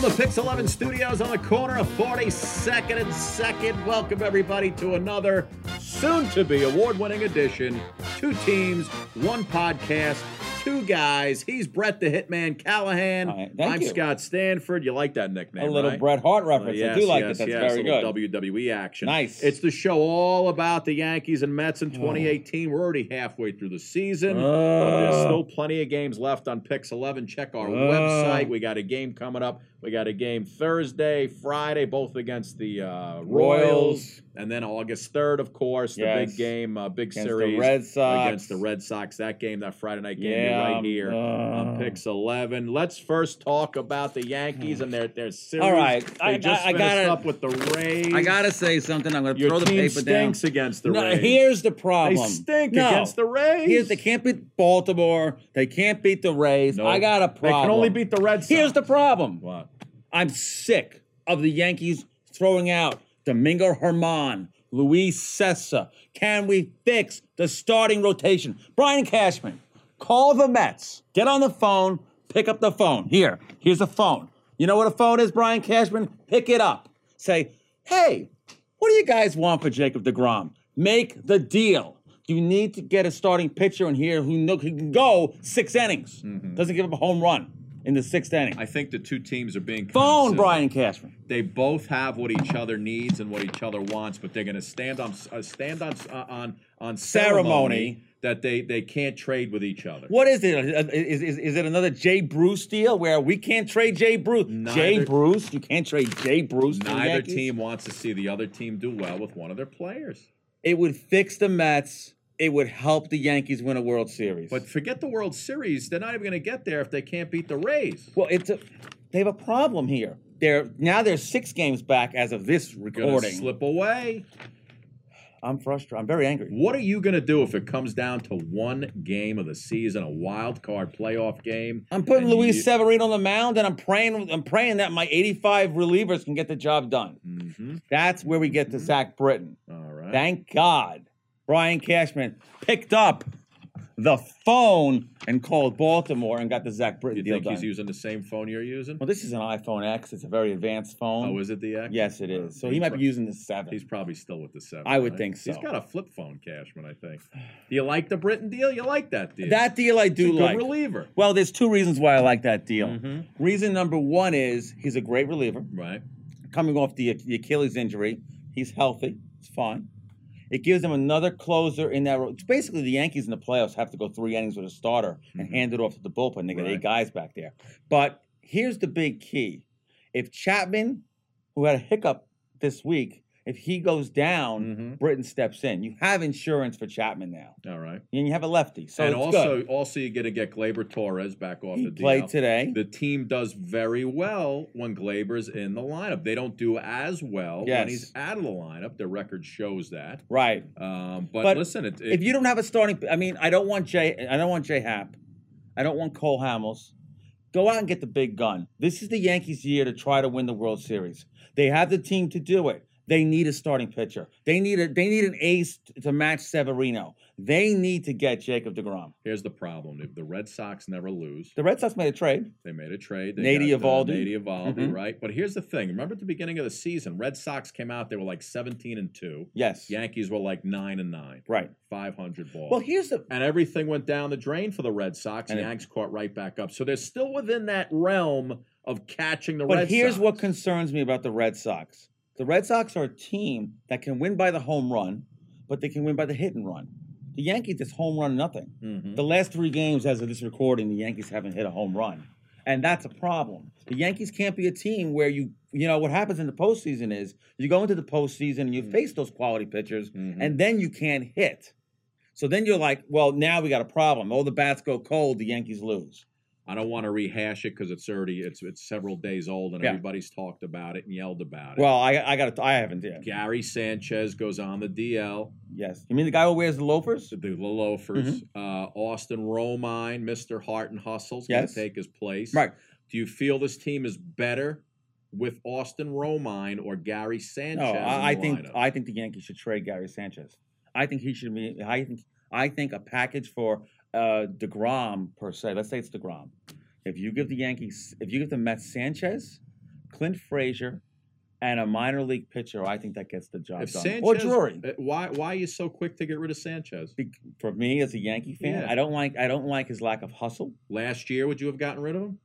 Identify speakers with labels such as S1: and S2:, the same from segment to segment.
S1: the Pix 11 studios on the corner of 42nd and 2nd. Welcome, everybody, to another soon to be award winning edition. Two teams, one podcast, two guys. He's Brett the Hitman Callahan.
S2: All right, thank
S1: I'm
S2: you.
S1: Scott Stanford. You like that nickname?
S2: a little
S1: right?
S2: Bret Hart reference.
S1: yes,
S2: I do like
S1: yes,
S2: it. That's
S1: yes,
S2: very
S1: a
S2: good.
S1: little WWE action.
S2: Nice. Oh.
S1: It's the show all about the Yankees and Mets in 2018. We're already halfway through the season.
S2: Uh.
S1: But There's still plenty of games left on Pix 11. Check our
S2: Uh.
S1: website. We got a game coming up. We got a game Thursday, Friday, both against the uh, Royals.
S2: Royals
S1: And then August 3rd, of course, the
S2: Yes.
S1: big game, uh, big
S2: against
S1: series
S2: the Red Sox.
S1: against the Red Sox. That game, that Friday night game,
S2: Yeah,
S1: you're right
S2: um,
S1: here on
S2: uh.
S1: Pix 11. Let's first talk about the Yankees and their, their series.
S2: All right,
S1: They
S2: I-
S1: just
S2: I- I
S1: finished
S2: gotta-
S1: up with the Rays.
S2: I gotta say something. I'm gonna
S1: Your
S2: throw the
S1: team
S2: paper down.
S1: stinks against the
S2: No,
S1: Rays.
S2: here's the
S1: they
S2: problem.
S1: stink
S2: No.
S1: against the Rays.
S2: Here's, they can't beat Baltimore. They can't beat the Rays.
S1: No.
S2: I got a
S1: They
S2: problem.
S1: can only beat the Red Sox.
S2: Here's the problem.
S1: What?
S2: I'm sick of the Yankees throwing out Domingo Herman, Luis Sessa. Can we fix the starting rotation? Brian Cashman, call the Mets. Get on the phone. Pick up the phone. Here, here's a phone. You know what a phone is, Brian Cashman? Pick it up. Say, hey, what do you guys want for Jacob DeGrom? Make the deal. You need to get a starting pitcher in here who kno- who can go six innings. Doesn't give up a home run in the sixth inning.
S1: Mm-hmm. I think the two teams are being
S2: Phone
S1: consistent.
S2: Brian Cashman.
S1: They both have what each other needs and what each other wants, but they're going to stand on uh, stand on uh, on on ceremony
S2: Ceremony.
S1: that they they can't trade with each other.
S2: What is it? Uh, Is, is, is it another Jay Bruce deal where we can't trade Jay Bruce?
S1: Neither-
S2: Jay Bruce? You can't trade Jay Bruce. to the
S1: Neither
S2: Yankees?
S1: team wants to see the other team do well with one of their players.
S2: It would fix the Mets. It would help the Yankees win a World Series.
S1: But forget the World Series; they're not even going to get there if they can't beat the Rays.
S2: well, it's a, they have a problem here. They're now they're six games back as of this
S1: Going
S2: recording.
S1: to slip away.
S2: I'm frustrated. I'm very angry.
S1: What are you going to do if it comes down to one game of the season, a wild card playoff game?
S2: I'm putting
S1: and
S2: Luis
S1: you-
S2: Severino on the mound, and I'm praying. I'm praying that my 85 relievers can get the job done.
S1: Mhm.
S2: That's where we get to Zach Britton.
S1: All right.
S2: Thank God Brian Cashman picked up the phone and called Baltimore and got the Zach Britton
S1: you
S2: deal
S1: think
S2: done.
S1: he's using the same phone you're using?
S2: well, this is an iPhone X. It's a very advanced phone.
S1: Oh, is it the X?
S2: Yes, it
S1: Oh,
S2: is. So
S1: he's
S2: he might
S1: pro-
S2: be using the seven.
S1: He's probably still with the seven.
S2: I would
S1: right?
S2: think
S1: He's
S2: so.
S1: got a flip phone, Cashman. I think. Do you like the Britain deal? You like that deal?
S2: that deal I
S1: He's a
S2: do
S1: good
S2: like.
S1: reliever,
S2: Well, there's two reasons why I like that deal.
S1: Mhm.
S2: Reason number one is he's a great reliever.
S1: right?
S2: coming off the, the Achilles injury. He's healthy. It's fine. It gives him another closer in that role. It's basically the Yankees in the playoffs have to go three innings with a starter and hand it off to the bullpen. They got
S1: Mm-hmm. Right.
S2: eight guys back there. But here's the big key. If Chapman, who had a hiccup this week, if he goes down,
S1: Mhm.
S2: Britain steps in. You have insurance for Chapman now.
S1: All right.
S2: And you have a lefty. So
S1: and
S2: it's
S1: also,
S2: good.
S1: also you're going to get Glaber Torres back off
S2: He
S1: the
S2: played
S1: DL.
S2: today.
S1: The team does very well when Glaber's in the lineup. They don't do as well when
S2: Yes.
S1: he's out of the lineup. The record shows that.
S2: right.
S1: Um, but,
S2: But
S1: listen, it, it-
S2: if you don't have a starting, I mean, I don't want Jay. I don't want Jay Happ. I don't want Cole Hamels. Go out and get the big gun. This is the Yankees' year to try to win the World Series. They have the team to do it. They need a starting pitcher. They need a they need an ace t- to match Severino. They need to get Jacob Degrom.
S1: here's the problem: if the Red Sox never lose,
S2: The Red Sox made a trade.
S1: They made a trade. They
S2: Nady
S1: got, uh,
S2: Eovaldi.
S1: Nady Eovaldi,
S2: Mhm.
S1: right? But here's the thing. Remember at the beginning of the season, Red Sox came out. They were like 17 and two.
S2: Yes.
S1: Yankees were like nine and nine,
S2: Right.
S1: 500 ball.
S2: Well, here's the
S1: and everything went down the drain for the Red Sox. And
S2: And it-
S1: Yanks caught right back up. So they're still within that realm of catching the
S2: But
S1: Red
S2: here's
S1: Sox.
S2: what concerns me about the Red Sox. The Red Sox are a team that can win by the home run, but they can win by the hit and run. The Yankees is home run nothing.
S1: Mhm.
S2: The last three games as of this recording, the Yankees haven't hit a home run. And that's a problem. The Yankees can't be a team where you you know what happens in the postseason is you go into the postseason and you face those quality pitchers
S1: Mhm.
S2: and then you can't hit. So then you're like, well, now we got a problem. All the bats go cold, the Yankees lose.
S1: I don't want to rehash it because it's already it's it's several days old and
S2: Yeah.
S1: everybody's talked about it and yelled about it.
S2: Well, I I got I haven't yet.
S1: Gary Sanchez goes on the DL.
S2: Yes. You mean the guy who wears the loafers?
S1: The the loafers.
S2: Mm-hmm.
S1: Uh, Austin Romine, Mr. Heart and Hustle's going to
S2: Yes.
S1: take his place.
S2: Right.
S1: Do you feel this team is better with Austin Romine or Gary
S2: No,
S1: Sanchez? in the
S2: I, I think
S1: lineup?
S2: I think the Yankees should trade Gary Sanchez. I think he should be. I think I think a package for uh, Degrom per se. Let's say it's Degrom. If you give the Yankees, if you give the Mets Sanchez, Clint Frazier and a minor league pitcher, I think that gets the job
S1: If
S2: done.
S1: Sanchez,
S2: or Drury.
S1: uh, Why why are you so quick to get rid of Sanchez?
S2: Be- For me as a Yankee fan,
S1: Yeah.
S2: I don't like I don't like his lack of hustle.
S1: Last year, would you have gotten rid of him?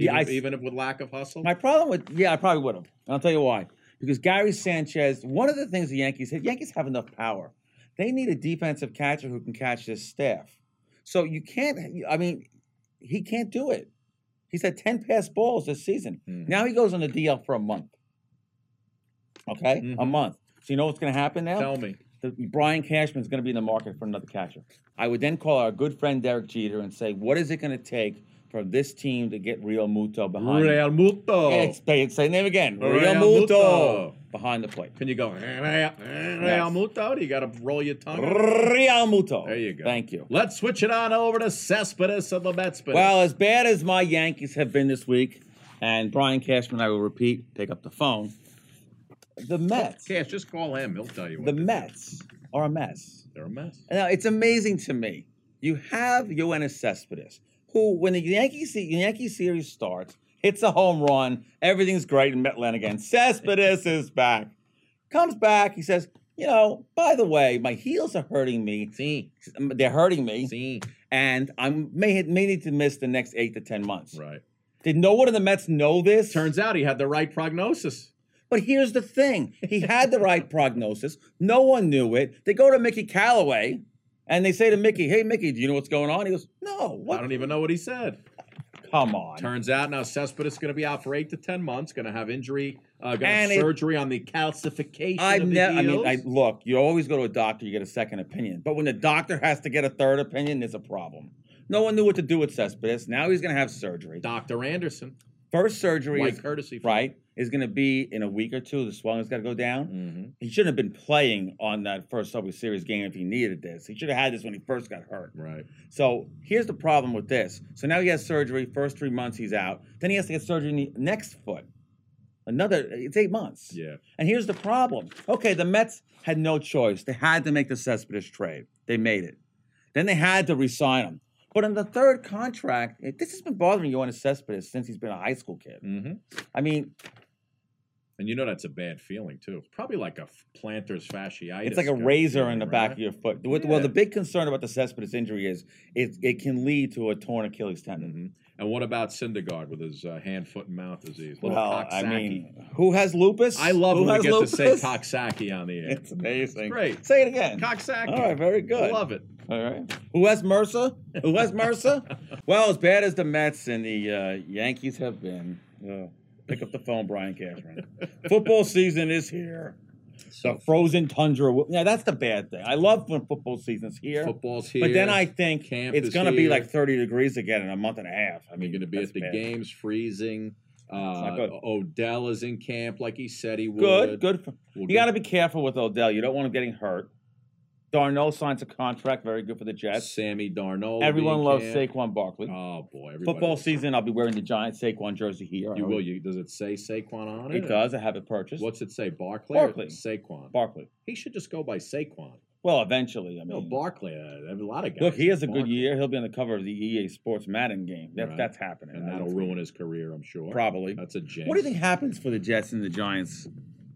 S2: Yeah,
S1: even,
S2: I-
S1: even if with lack of hustle.
S2: My problem with yeah, I probably would have. And I'll tell you why. Because Gary Sanchez, one of the things the Yankees have, Yankees have enough power. They need a defensive catcher who can catch this staff. So you can't. I mean, he can't do it. He's had ten pass balls this season.
S1: Mhm.
S2: Now he goes on the DL for a month. Okay, a
S1: Mhm.
S2: month. So you know what's going to happen now?
S1: Tell me.
S2: the, Brian Cashman's going to be in the market for another catcher. I would then call our good friend Derek Jeter and say, what is it going to take for this team to get Real Muto behind?
S1: Real Muto.
S2: Yeah, say, it- say the name again.
S1: Real
S2: Real,
S1: Muto.
S2: Muto. behind the plate.
S1: Can you go Real Muto? Do you got to roll your tongue?
S2: Real Muto.
S1: There you go.
S2: Thank you.
S1: Let's switch it on over to Cespedes and the Mets.
S2: Well, as bad as my Yankees have been this week, and Brian Cashman, I will repeat, pick up the phone. The Mets,
S1: Cash, just call him. He'll tell you what.
S2: the Mets are a mess.
S1: They're a mess.
S2: Now it's amazing to me. You have Yoenis Cespedes, who, when the Yankee, se- Yankee series starts, hits a home run, everything's great in Metland again. Cespedes is back, comes back. He says, "You know, by the way, my heels are hurting me.
S1: See,
S2: They're hurting me,
S1: see,
S2: and I may may need to miss the next eight to ten months."
S1: right.
S2: Did no one in the Mets know this?
S1: Turns out he had the right prognosis.
S2: But here's the thing: he had the right prognosis. No one knew it. They go to Mickey Callaway, and they say to Mickey, "Hey, Mickey, do you know what's going on?" He goes, "No,
S1: I
S2: what?
S1: don't even know what he said.
S2: Come on."
S1: Turns out now Cespedes is going to be out for eight to ten months. Going to have injury, uh, gonna have
S2: And it-
S1: surgery on the calcification.
S2: I've
S1: of the
S2: never. I mean,
S1: heels.
S2: I, look, you always go to a doctor, you get a second opinion. But when the doctor has to get a third opinion, there's a problem. No one knew what to do with Cespedes. Now he's going to have surgery.
S1: Dr. Anderson,
S2: First surgery
S1: white
S2: is
S1: courtesy.
S2: right is going to be in a week or two. The swelling's got to go down.
S1: Mm-hmm.
S2: He shouldn't have been playing on that first Subway Series game if he needed this. He should have had this when he first got hurt.
S1: Right.
S2: So here's the problem with this. So now he has surgery. First three months he's out. Then he has to get surgery in the next foot. Another. It's eight months.
S1: Yeah.
S2: And here's the problem. Okay, the Mets had no choice. They had to make the Cespedes trade. They made it. Then they had to re-sign him. But in the third contract, it- this has been bothering you on Cespedes since he's been a high school kid.
S1: Mm-hmm.
S2: I mean,
S1: And you know that's a bad feeling too. It's probably like a f- plantar's fasciitis.
S2: it's like a
S1: kinda
S2: razor
S1: feeling,
S2: in the
S1: right?
S2: back of your foot. What-
S1: Yeah.
S2: Well, the big concern about the Cespedes injury is it, it can lead to a torn Achilles tendon.
S1: Mhm. And what about Syndergaard with his uh, hand, foot, and mouth disease? Little
S2: Well, I
S1: cocksackie.
S2: mean, who has lupus?
S1: I love
S2: who
S1: when we
S2: has
S1: get to say
S2: lupus?
S1: cocksackie on the air.
S2: It's amazing.
S1: great.
S2: Say it again.
S1: Cocksackie.
S2: All right, very good.
S1: Love it.
S2: All right. Who has MRSA? Who has MRSA? well, as bad as the Mets and the uh, Yankees have been, uh, pick up the phone, Brian Cashman. football season is here. The frozen tundra. will- Yeah, that's the bad thing. I love when football season's here.
S1: Football's here.
S2: But then I think
S1: Camp
S2: it's
S1: is
S2: going to be
S1: here.
S2: like 30 degrees again in a month and a half. I
S1: You're
S2: mean,
S1: going to be
S2: that's
S1: at the
S2: bad.
S1: games freezing. Uh,
S2: not good.
S1: Odell is in camp like he said he would.
S2: Good, good. For,
S1: We'll
S2: you
S1: get-
S2: got to be careful with Odell. You don't want him getting hurt. Darno signs a contract. Very good for the Jets.
S1: Sammy Darnold.
S2: Everyone loves
S1: Saquon.
S2: Saquon Barkley.
S1: Oh boy, everybody
S2: Football
S1: loves-
S2: season, I'll be wearing the giant Saquon jersey here.
S1: You will. You, does it say Saquon on it?
S2: It does. I have it purchased.
S1: What's it say? Barclay. or
S2: Barkley.
S1: Saquon.
S2: Barkley?
S1: he should just go by Saquon.
S2: Well, eventually, I
S1: No,
S2: mean,
S1: Barkley. Uh, there are a lot of guys.
S2: look, he has a good
S1: Barkley.
S2: year. He'll be on the cover of the EA Sports Madden game. That,
S1: Right.
S2: That's happening.
S1: and
S2: I
S1: that'll
S2: don't
S1: ruin his career, I'm sure.
S2: think- probably.
S1: That's a jinx.
S2: What do you think happens for the Jets and the Giants?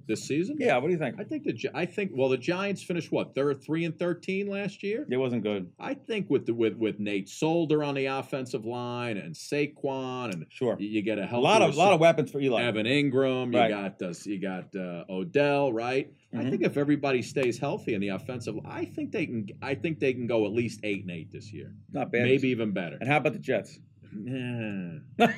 S1: this season?
S2: Yeah, what do you think?
S1: I think the Gi- I think well the Giants finished what they're three and thirteen last year.
S2: It wasn't good.
S1: I think with the with with Nate Solder on the offensive line and Saquon and
S2: Sure,
S1: you, you get a
S2: a
S1: hell
S2: lot of lot of weapons for Eli.
S1: Evan Ingram.
S2: Right.
S1: You got this. You got uh, Odell. Right. I
S2: Mhm.
S1: think if everybody stays healthy in the offensive, I think they can. I think they can go at least eight and eight this year.
S2: Not bad.
S1: Maybe even better.
S2: And how about the Jets?
S1: Yeah.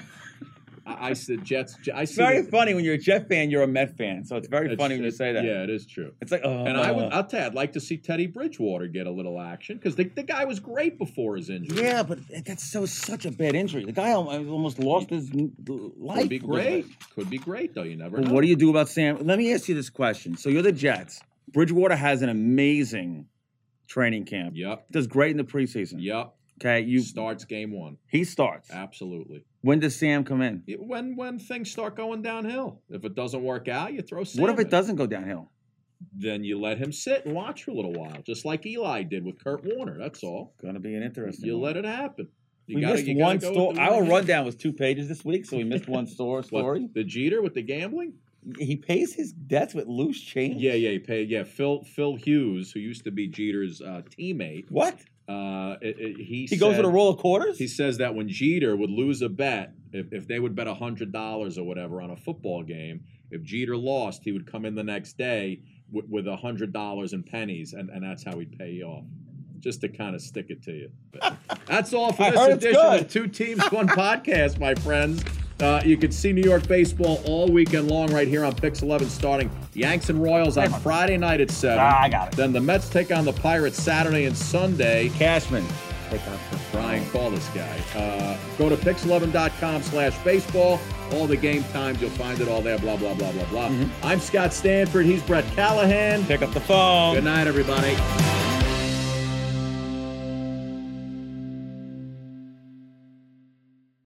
S1: I, I see the Jets. I
S2: It's
S1: see
S2: very
S1: the-
S2: funny when you're a Jet fan. You're a Met fan, so it's very
S1: it's-
S2: funny when you
S1: it-
S2: say that.
S1: Yeah, it is true.
S2: It's like, oh,
S1: And I would, I'll tell you, I'd like to see Teddy Bridgewater get a little action because the, the guy was great before his injury.
S2: Yeah, but that's so such a bad injury. The guy al- almost lost his n- life.
S1: Could be
S2: because of it.
S1: great. Could be great, though. You never
S2: Well,
S1: know.
S2: what do you do about Sam? Let me ask you this question. So you're the Jets. Bridgewater has an amazing training camp.
S1: Yep.
S2: Does great in the preseason.
S1: Yep.
S2: Okay, you
S1: Starts game one.
S2: he starts.
S1: Absolutely.
S2: When does Sam come in?
S1: It- When when things start going downhill, if it doesn't work out, you throw Sam.
S2: What if
S1: in.
S2: it doesn't go downhill?
S1: Then you let him sit and watch for a little while, just like Eli did with Kurt Warner. That's all.
S2: Gonna be an interesting.
S1: You
S2: one.
S1: let it happen.
S2: we
S1: gotta-
S2: missed
S1: you gotta
S2: one
S1: go with
S2: story.
S1: the
S2: Our
S1: one-
S2: rundown was two pages this week, so we missed one store
S1: What,
S2: story.
S1: the Jeter with the gambling?
S2: He pays his debts with loose change.
S1: Yeah, yeah, he paid. Yeah, Phil Phil Hughes, who used to be Jeter's uh, teammate,
S2: What?
S1: uh, it, it- he
S2: He goes
S1: said-
S2: with a roll of quarters.
S1: He says that when Jeter would lose a bet, if, if they would bet hundred dollars or whatever on a football game, if Jeter lost, he would come in the next day with, with hundred dollars in pennies, and, and that's how he'd pay you off. Just to kind of stick it to you. But that's all for
S2: I
S1: this
S2: heard it's
S1: edition of
S2: good.
S1: Two Teams One Podcast, my friends. Uh, you can see New York baseball all weekend long right here on Pix 11, starting Yanks and Royals on Friday night at seven.
S2: Ah, I got it.
S1: Then the Mets take on the Pirates Saturday and Sunday.
S2: Cashman.
S1: Brian, call this guy. Uh, go to pix11.com slash baseball. All the game times, you'll find it all there, blah, blah, blah, blah, blah. I'm Scott Stanford. He's Brett Callahan.
S2: Pick up the phone.
S1: Good night, everybody.